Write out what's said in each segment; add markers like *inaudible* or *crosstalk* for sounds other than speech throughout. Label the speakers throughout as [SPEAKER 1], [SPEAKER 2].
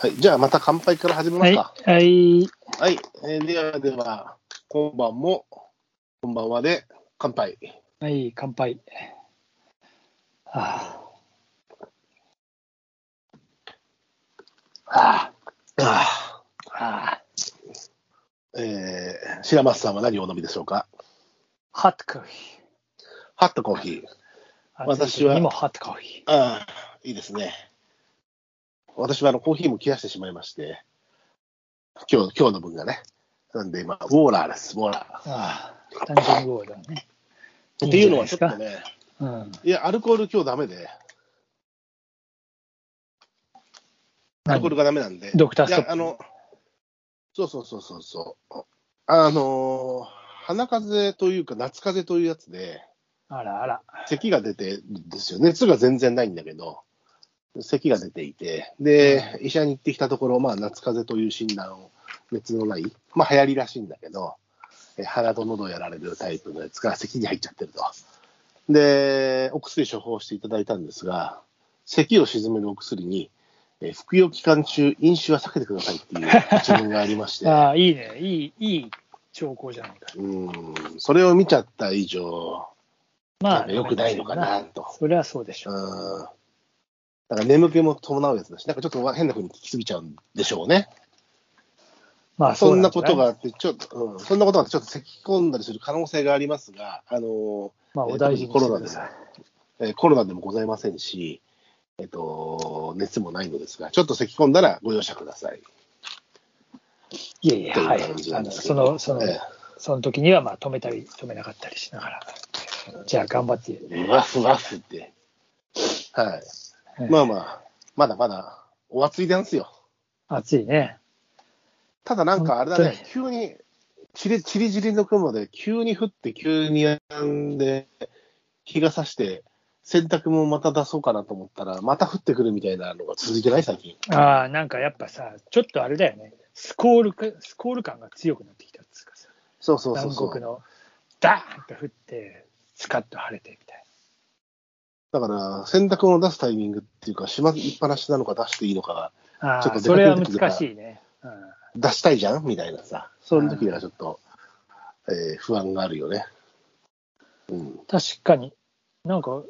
[SPEAKER 1] はい、じゃあまた乾杯から始めま
[SPEAKER 2] は
[SPEAKER 1] す
[SPEAKER 2] い。
[SPEAKER 1] か。
[SPEAKER 2] はい。
[SPEAKER 1] はい、えーではでは、今晩も、こんばんはで乾杯。
[SPEAKER 2] はい、乾杯。ああ。あ
[SPEAKER 1] あ
[SPEAKER 2] あ。ああ。
[SPEAKER 1] あえー、白松さんは何をお飲みでしょうか
[SPEAKER 2] ハットコーヒー。
[SPEAKER 1] ハットコーヒー。私は
[SPEAKER 2] 暑い時にもハットコーヒ
[SPEAKER 1] ああ、いいですね。私はあのコーヒーも冷やしてしまいまして、今日今日の分がね。なんで今、ウォーラーです、ウォーラ
[SPEAKER 2] ー。ああ。単純ゴールだね。
[SPEAKER 1] ー。
[SPEAKER 2] いい
[SPEAKER 1] *laughs* っ
[SPEAKER 2] んじ
[SPEAKER 1] て
[SPEAKER 2] ゃ
[SPEAKER 1] いうの
[SPEAKER 2] ない
[SPEAKER 1] は
[SPEAKER 2] で
[SPEAKER 1] ちょ
[SPEAKER 2] す
[SPEAKER 1] っ
[SPEAKER 2] か
[SPEAKER 1] とね、
[SPEAKER 2] うん。
[SPEAKER 1] いや、アルコール今日ダメで、アルコールがダメなんで。
[SPEAKER 2] ドクタース
[SPEAKER 1] い
[SPEAKER 2] トップ
[SPEAKER 1] やあの、そうそうそうそうそう。あのー、鼻風邪というか、夏風邪というやつで、
[SPEAKER 2] あらあら。
[SPEAKER 1] 咳が出てるんですよ。熱が全然ないんだけど、咳が出ていて、で、医者に行ってきたところ、まあ、夏風邪という診断を、熱のない、まあ、流行りらしいんだけど、え鼻と喉をやられるタイプのやつが咳に入っちゃってると。で、お薬処方していただいたんですが、咳を鎮めるお薬に、え服用期間中、飲酒は避けてくださいっていう *laughs* 一文がありまして、
[SPEAKER 2] *laughs* ああ、いいね。いい、いい兆候じゃないか。
[SPEAKER 1] うん、それを見ちゃった以上、な
[SPEAKER 2] ま
[SPEAKER 1] ん
[SPEAKER 2] あ、
[SPEAKER 1] か良くないのかなと。
[SPEAKER 2] それはそうでしょう。
[SPEAKER 1] うんだから眠気も伴うやつだし、なんかちょっと変な風に聞きすぎちゃうんでしょうね。
[SPEAKER 2] まあ、
[SPEAKER 1] そ
[SPEAKER 2] うんじゃ
[SPEAKER 1] ないことがあって、ちょっと、うん、そんなことがあって、ちょっと咳き込んだりする可能性がありますが、あのー
[SPEAKER 2] まあ、
[SPEAKER 1] えー
[SPEAKER 2] お大事に
[SPEAKER 1] コ
[SPEAKER 2] して
[SPEAKER 1] ロ
[SPEAKER 2] く
[SPEAKER 1] ナで
[SPEAKER 2] だ
[SPEAKER 1] も
[SPEAKER 2] さい。、
[SPEAKER 1] えーコロナでもございませんし、えっ、と、熱もないのですが、ちょっと咳き込んだらご容赦ください。
[SPEAKER 2] いやいや、
[SPEAKER 1] という
[SPEAKER 2] はい。
[SPEAKER 1] 感じな
[SPEAKER 2] あ
[SPEAKER 1] ん
[SPEAKER 2] の
[SPEAKER 1] ですけ
[SPEAKER 2] そ
[SPEAKER 1] ど
[SPEAKER 2] の、その、
[SPEAKER 1] ええ
[SPEAKER 2] その時には、まあ、止めたり、止めなかったりしながら。じゃあ、頑張って。
[SPEAKER 1] わふわふって。はい。まあまあ、まだまだ、お暑いでんすよ。
[SPEAKER 2] 暑いね。
[SPEAKER 1] ただなんかあれだ
[SPEAKER 2] 本
[SPEAKER 1] ね、急に、ちりちりじりの雲で、急に降って、急にやんで、日が差して、洗濯もまた出そうかなと思ったら、また降ってくるみたいなのが続いてない、最近。
[SPEAKER 2] ああ、なんかやっぱさ、ちょっとあれだよね。スコールか、スコール感が強くなってきたっつうかさ、
[SPEAKER 1] そうそうそう
[SPEAKER 2] 南
[SPEAKER 1] そう。
[SPEAKER 2] 国の、ダーンと降って、スカッと晴れてみたい
[SPEAKER 1] だから、洗濯物出すタイミングっていうか、しまいっぱなしなのか出していいのかが、
[SPEAKER 2] な。あ
[SPEAKER 1] ちょっ
[SPEAKER 2] あ、
[SPEAKER 1] と
[SPEAKER 2] それは
[SPEAKER 1] 出かける時とか
[SPEAKER 2] 難しいね。うん、
[SPEAKER 1] 出したいじゃんみたいなさ、そういう時がちょっと、えー不安があるよね。うん。
[SPEAKER 2] 確かに、なんか、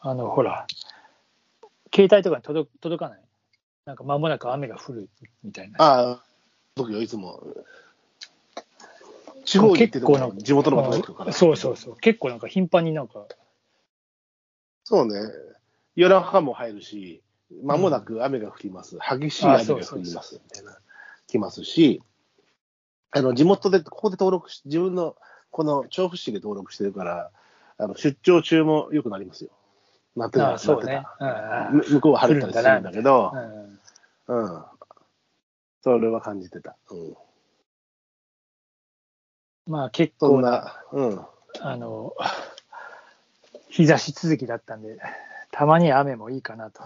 [SPEAKER 2] あの、ほら、携帯とかに届く届かないなんか間もなく雨が降るみたいな。
[SPEAKER 1] ああ、僕よ、いつも。地方に行ってて
[SPEAKER 2] 結構
[SPEAKER 1] も
[SPEAKER 2] な
[SPEAKER 1] 地元の方が来るから。
[SPEAKER 2] そうそうそう。結構なんか頻繁になんか、
[SPEAKER 1] そうね、夜中も入るし、まもなく雨が降ります、激しい雨が降りますみたいな、来ますし、あの地元で、ここで登録し、自分のこの調布市で登録してるから、あの出張中もよくなりますよ。なってた、
[SPEAKER 2] あ
[SPEAKER 1] な
[SPEAKER 2] あ
[SPEAKER 1] ってた
[SPEAKER 2] そうね。うんうん
[SPEAKER 1] む向こうは晴れたりするんだけど
[SPEAKER 2] う、ん
[SPEAKER 1] うん。それは感じてた。うん。
[SPEAKER 2] まあ結
[SPEAKER 1] そ
[SPEAKER 2] 構
[SPEAKER 1] ん
[SPEAKER 2] な
[SPEAKER 1] な、うん。
[SPEAKER 2] あの、日差し続きだったんで、たまに雨もいいかなと。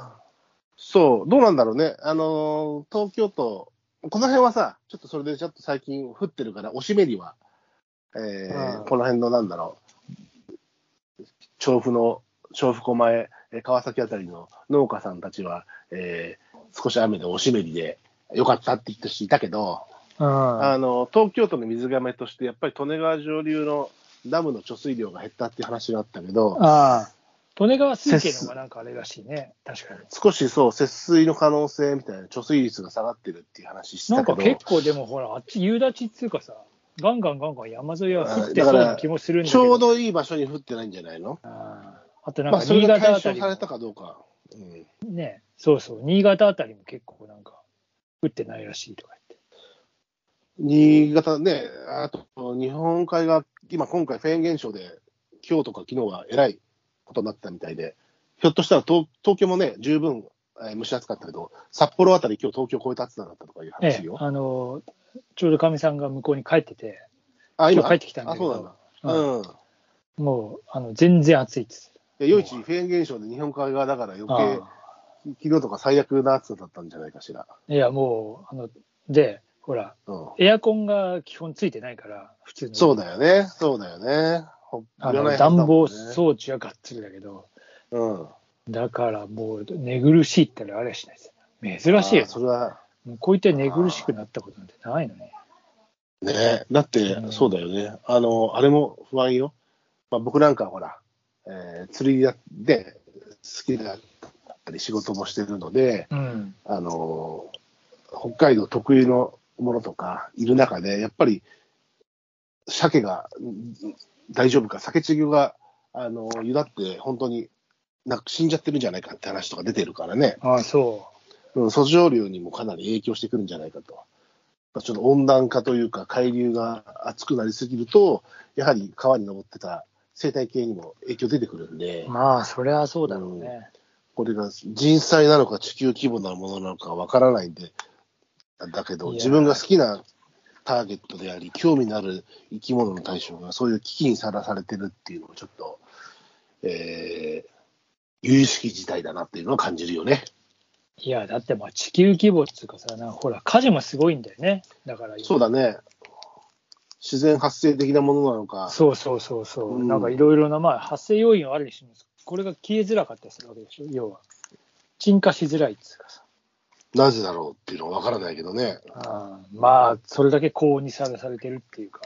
[SPEAKER 1] そう、どうなんだろうね。あのー東京都、この辺はさ、ちょっとそれでちょっと最近降ってるから、おしめりは、えー
[SPEAKER 2] うん
[SPEAKER 1] この辺のなんだろう、調布の、調布狛江、えー川崎あたりの農家さんたちは、えー少し雨でおしめりで、よかったって言った人いたけど、
[SPEAKER 2] うん。
[SPEAKER 1] あの東京都の水がめとして、やっぱり利根川上流のダムの貯水量が減ったっていう話があったけど、
[SPEAKER 2] ああ。利根川水系の方がなんかあれらしいね。確かに。
[SPEAKER 1] 少しそう、節水の可能性みたいな、貯水率が下がってるっていう話して
[SPEAKER 2] な
[SPEAKER 1] た
[SPEAKER 2] ん
[SPEAKER 1] け
[SPEAKER 2] か
[SPEAKER 1] ど。
[SPEAKER 2] 結構でもほら、あっち夕立っつうかさ、ガンガンガンガン山沿いは降って
[SPEAKER 1] あだ
[SPEAKER 2] そう
[SPEAKER 1] から
[SPEAKER 2] な気もするんだけ
[SPEAKER 1] ち
[SPEAKER 2] ど。
[SPEAKER 1] ょうどいい場所に降ってないんじゃないの
[SPEAKER 2] あああとなん
[SPEAKER 1] まあ、
[SPEAKER 2] か
[SPEAKER 1] それ
[SPEAKER 2] 新
[SPEAKER 1] が
[SPEAKER 2] 潟あ
[SPEAKER 1] 解消
[SPEAKER 2] たり
[SPEAKER 1] さ
[SPEAKER 2] も
[SPEAKER 1] れたかどうか。うん、
[SPEAKER 2] ね、そうそう、新潟あたりも結構なんか、降ってないらしいとか言って。
[SPEAKER 1] 新潟ね、あと日本海が今、今回、フェーン現象で、今日とか昨日はえらいことになったみたいで、ひょっとしたら東東京もね、十分えー蒸し暑かったけど、札幌あたり、今日東京超えた暑さだったとかいう
[SPEAKER 2] え
[SPEAKER 1] 話
[SPEAKER 2] え
[SPEAKER 1] よ。、
[SPEAKER 2] あの、ちょうどかみさんが向こうに帰ってて、
[SPEAKER 1] あ、
[SPEAKER 2] 今
[SPEAKER 1] 今
[SPEAKER 2] 日帰ってきたんだ
[SPEAKER 1] あ、
[SPEAKER 2] け
[SPEAKER 1] そうな
[SPEAKER 2] ど
[SPEAKER 1] ん、だ。うん。
[SPEAKER 2] もう、あの、全然暑いっつって
[SPEAKER 1] で夜市フェーン現象で日本海側だから余計、
[SPEAKER 2] ああ
[SPEAKER 1] 昨日とか最悪な暑さだったんじゃないかしら。
[SPEAKER 2] いや、もう、あの、で、ほら、
[SPEAKER 1] うん。
[SPEAKER 2] エアコンが基本ついてないから、普通の。
[SPEAKER 1] そうだよね、そうだよね。ほ
[SPEAKER 2] あ
[SPEAKER 1] いら
[SPEAKER 2] の
[SPEAKER 1] ないはずだもんね
[SPEAKER 2] 暖房装置はがっつりだけど、
[SPEAKER 1] うん。
[SPEAKER 2] だからもう、寝苦しいったらあれはしないです。珍しいよ
[SPEAKER 1] あーそれは、
[SPEAKER 2] もうこういった寝苦しくなったことなんてないのね。
[SPEAKER 1] ね、だって
[SPEAKER 2] う、ん
[SPEAKER 1] そうだよね。あの、あれも不安よ。まあ、僕なんかはほら、えー釣りやって、好きだったり仕事もしてるので、
[SPEAKER 2] うん。
[SPEAKER 1] あのー、北海道特有のものとかいる中で、やっぱり、鮭がうん大丈夫か、鮭稚魚が、あのー、湯だって本当に、なんか死んじゃってるんじゃないかって話とか出てるからね。
[SPEAKER 2] ああ、そ
[SPEAKER 1] うん、遡上流にもかなり影響してくるんじゃないかと。まあちょっと温暖化というか、海流が熱くなりすぎると、やはり川に登ってた生態系にも影響出てくるんで
[SPEAKER 2] う。、まあ、それはそうだろうね。
[SPEAKER 1] これが人災なのか地球規模なものなのかわからないんで、だけ
[SPEAKER 2] い
[SPEAKER 1] ど、
[SPEAKER 2] や
[SPEAKER 1] 自分が好きなターゲットであり、興味のある生き物の対象がそういう危機にさらされてるっていうのも、ちょっと、えー、由々しき事態だなっていうのを感じるよね。
[SPEAKER 2] いや、だってまあ地球規模っていうかさ、なんかほら、火事もすごいんだよね。だから今
[SPEAKER 1] そうだね。自然発生的なものなのか。
[SPEAKER 2] そうそうそうそう、
[SPEAKER 1] うん
[SPEAKER 2] なんかいろいろな、まあ、発生要因はあるにしても、これが消えづらかったりするわけでしょ、要は。沈下しづらいっつうかさ、
[SPEAKER 1] なぜだろうっていうのはわからないけどね。
[SPEAKER 2] あーまあ、それだけ高温にさらされてるっていうか、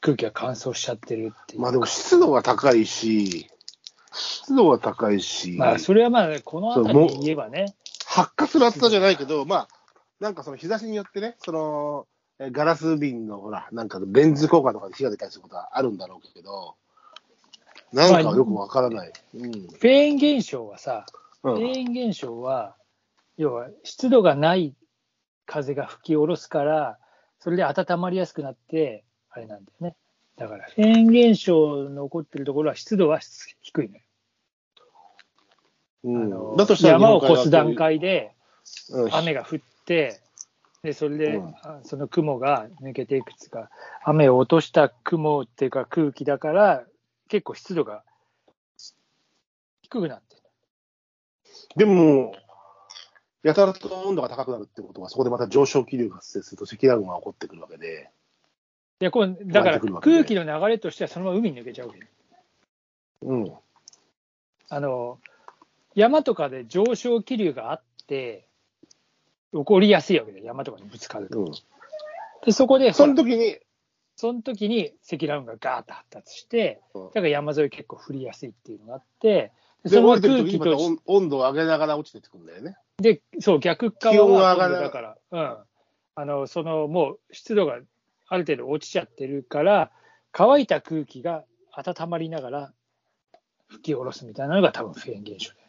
[SPEAKER 2] 空気が乾燥しちゃってるっていう、
[SPEAKER 1] ま
[SPEAKER 2] ま
[SPEAKER 1] あでも湿度が高いし、湿度が高いし、
[SPEAKER 2] あ、それはまあ、この辺りで言えばね、
[SPEAKER 1] 発火する暑さじゃないけど、まあ、なんかその日差しによってね、その、えガラス瓶のほら、なんかレンズ効果とかで火が出たりすることはあるんだろうけど、なんかよくわからない。うん。
[SPEAKER 2] フェーン現象はさ、
[SPEAKER 1] う
[SPEAKER 2] フ
[SPEAKER 1] ん。
[SPEAKER 2] ェーン現象は、要は湿度がない風が吹き下ろすから、それで温まりやすくなって、あれなんだよね。だから、フェーン現象の起こってるところは湿度は低いのよ。
[SPEAKER 1] う
[SPEAKER 2] あ
[SPEAKER 1] ん
[SPEAKER 2] の
[SPEAKER 1] だとしたら
[SPEAKER 2] 山を越す段階で
[SPEAKER 1] 日本海側という、
[SPEAKER 2] 雨が降って、でそれで、
[SPEAKER 1] うん
[SPEAKER 2] あその雲が抜けていくつか、雨を落とした雲っていうか空気だから、結構湿度が低くなってる。
[SPEAKER 1] うんでも、やたらと温度が高くなるってことは、そこでまた上昇気流が発生すると積乱雲が起こってくるわけで、
[SPEAKER 2] でこうだか
[SPEAKER 1] 湧いて
[SPEAKER 2] ら
[SPEAKER 1] くるわけね
[SPEAKER 2] 空気の流れとしては、そのまま海に抜けちゃうわけ
[SPEAKER 1] うん。
[SPEAKER 2] あの山とかで上昇気流があって、起こりやすいわけで、山とかにぶつかると。
[SPEAKER 1] うん、
[SPEAKER 2] でそこで
[SPEAKER 1] その時に、
[SPEAKER 2] その時に積乱雲がガーッと発達して、
[SPEAKER 1] うん
[SPEAKER 2] だから山沿い結構降りやすいっていうのがあって、で
[SPEAKER 1] で、
[SPEAKER 2] そ
[SPEAKER 1] 降
[SPEAKER 2] の
[SPEAKER 1] りてる
[SPEAKER 2] 空
[SPEAKER 1] 時に
[SPEAKER 2] 気
[SPEAKER 1] また
[SPEAKER 2] と
[SPEAKER 1] 温温度を上げながら落ちてってくるんだよね。
[SPEAKER 2] で、そう、逆側
[SPEAKER 1] 気温が
[SPEAKER 2] は
[SPEAKER 1] 上が
[SPEAKER 2] 今
[SPEAKER 1] ら
[SPEAKER 2] 度だから、うん、あの、そのもう湿度がある程度落ちちゃってるから、乾いた空気が温まりながら吹き下ろすみたいなのが多分フェーン現象だよね。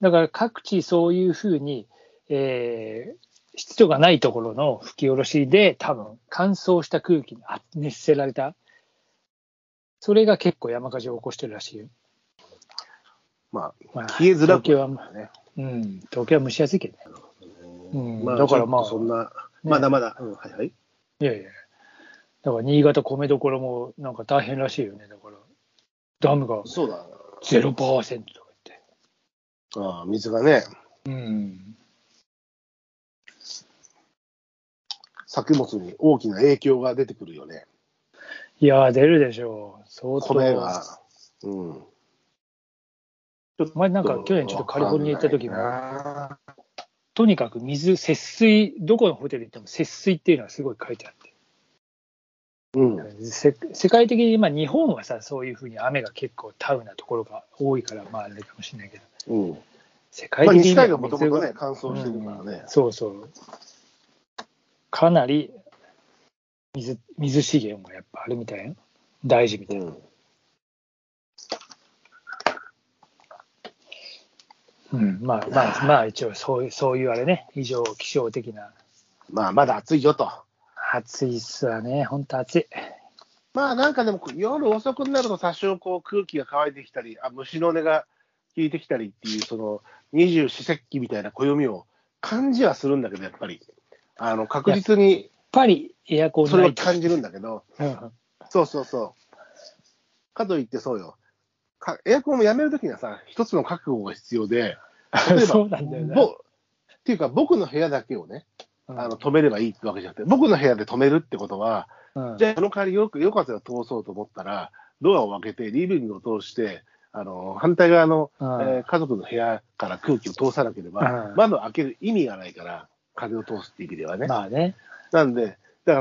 [SPEAKER 2] だから各地そういうふうに、えー湿度がないところの吹き下ろしで多分乾燥した空気にあ熱せられた。それが結構山火事を起こしてるらしいよ。
[SPEAKER 1] まあ、
[SPEAKER 2] まあ
[SPEAKER 1] 消えづらく
[SPEAKER 2] 東京は
[SPEAKER 1] なるね。
[SPEAKER 2] うん、東京は蒸し暑いけどね。うん
[SPEAKER 1] まあ、
[SPEAKER 2] だからま
[SPEAKER 1] ち
[SPEAKER 2] あ
[SPEAKER 1] ょっとそんな、まだまだ、うん、はいはい。
[SPEAKER 2] いやいや。だから新潟米どころもなんか大変らしいよね。だから、ダムが
[SPEAKER 1] そうだ。
[SPEAKER 2] 0%とか言って。
[SPEAKER 1] ああ、水がね、
[SPEAKER 2] うん。
[SPEAKER 1] 作物に大きな影響が出てくるよね。
[SPEAKER 2] いやー、出るでしょう。相当。
[SPEAKER 1] 米が。うん。
[SPEAKER 2] 前なんか去年ちょっとカリフォルニア行った時も
[SPEAKER 1] わ、か
[SPEAKER 2] とにかく水、節水、どこのホテル行っても節水っていうのはすごい書いてあって。
[SPEAKER 1] んないな
[SPEAKER 2] せ世界的に、まあ日本はさ、そういうふうに雨が結構タウなところが多いから、まああれかもしれないけ
[SPEAKER 1] う
[SPEAKER 2] ど、
[SPEAKER 1] ん。うん。
[SPEAKER 2] 世
[SPEAKER 1] ま
[SPEAKER 2] 界
[SPEAKER 1] あ、
[SPEAKER 2] 的に
[SPEAKER 1] 西海岸
[SPEAKER 2] は
[SPEAKER 1] もと
[SPEAKER 2] 水
[SPEAKER 1] も
[SPEAKER 2] が
[SPEAKER 1] とね、乾燥してるからね
[SPEAKER 2] うん。そうそう。かなり水水資源もやっぱあるみたいな。大事みた
[SPEAKER 1] う
[SPEAKER 2] いな。
[SPEAKER 1] ん。
[SPEAKER 2] うん、まあまあまあ一応そういう、そういうあれね、異常気象的な。
[SPEAKER 1] まあ、まだ暑いよと。
[SPEAKER 2] 暑いっすわね、本当暑い。
[SPEAKER 1] まあなんかでも夜遅くになると多少こう空気が乾いてきたり、あ虫の音が効いてきたりっていう、その二十四節気みたいな暦を感じはするんだけど、やっぱり。あの確実に
[SPEAKER 2] やっぱりエアコン
[SPEAKER 1] それ
[SPEAKER 2] な
[SPEAKER 1] はい
[SPEAKER 2] と。
[SPEAKER 1] 感じるんだけど、
[SPEAKER 2] うん
[SPEAKER 1] そうそうそう。かといってそうよ。かエアコンをやめるときにはさ、一つの覚悟が必要で、例えば、
[SPEAKER 2] *laughs* そうなんだよね
[SPEAKER 1] ぼっていうか僕の部屋だけをね、あの止めればいいってわけじゃなくて、僕の部屋で止めるってことは、
[SPEAKER 2] うん
[SPEAKER 1] じゃあ、その代わりよく夜風を通そうと思ったら、ドアを開けて、リビングを通して、あの、反対側の、
[SPEAKER 2] うん
[SPEAKER 1] えー家族の部屋から空気を通さなければ、
[SPEAKER 2] うん
[SPEAKER 1] 窓を開ける意味がないから、風を通すっていう意味ではね。
[SPEAKER 2] まあね。
[SPEAKER 1] なんで、だか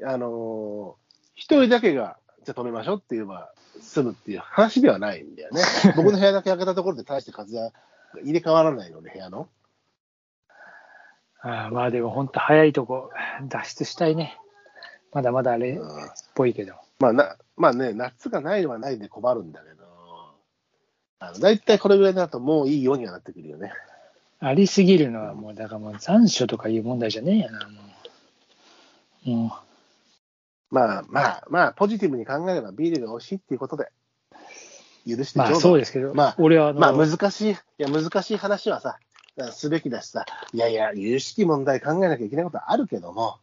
[SPEAKER 1] ら、あのー一人だけが、じゃあ止めましょうって言えば、済むっていう話ではないんだ
[SPEAKER 2] *laughs*
[SPEAKER 1] よね。僕の部屋だけ開けたところで大して風が入れ替わらないので、部屋の。
[SPEAKER 2] ああまあでも本当早いとこ脱出したいね。まだまだあれっ
[SPEAKER 1] うん
[SPEAKER 2] ぽいけど。
[SPEAKER 1] まあな、まあね、夏がないのはないで困るんだけど、あの、だいたいこれぐらいだともういいようにはなってくるよね。
[SPEAKER 2] ありすぎるのはもう、だからもう残暑とかいう問題じゃねえやな、もう。も
[SPEAKER 1] まあまあまあ、ポジティブに考えればビールが美味しいっていうことで、許し
[SPEAKER 2] う
[SPEAKER 1] てちょ
[SPEAKER 2] ま
[SPEAKER 1] うだい
[SPEAKER 2] あそうですけど、
[SPEAKER 1] まあ
[SPEAKER 2] 俺はあの、
[SPEAKER 1] まあ難しい、いや難しい話はさ、すべきだしさ、いやいや、有識問題考えなきゃいけないことはあるけども、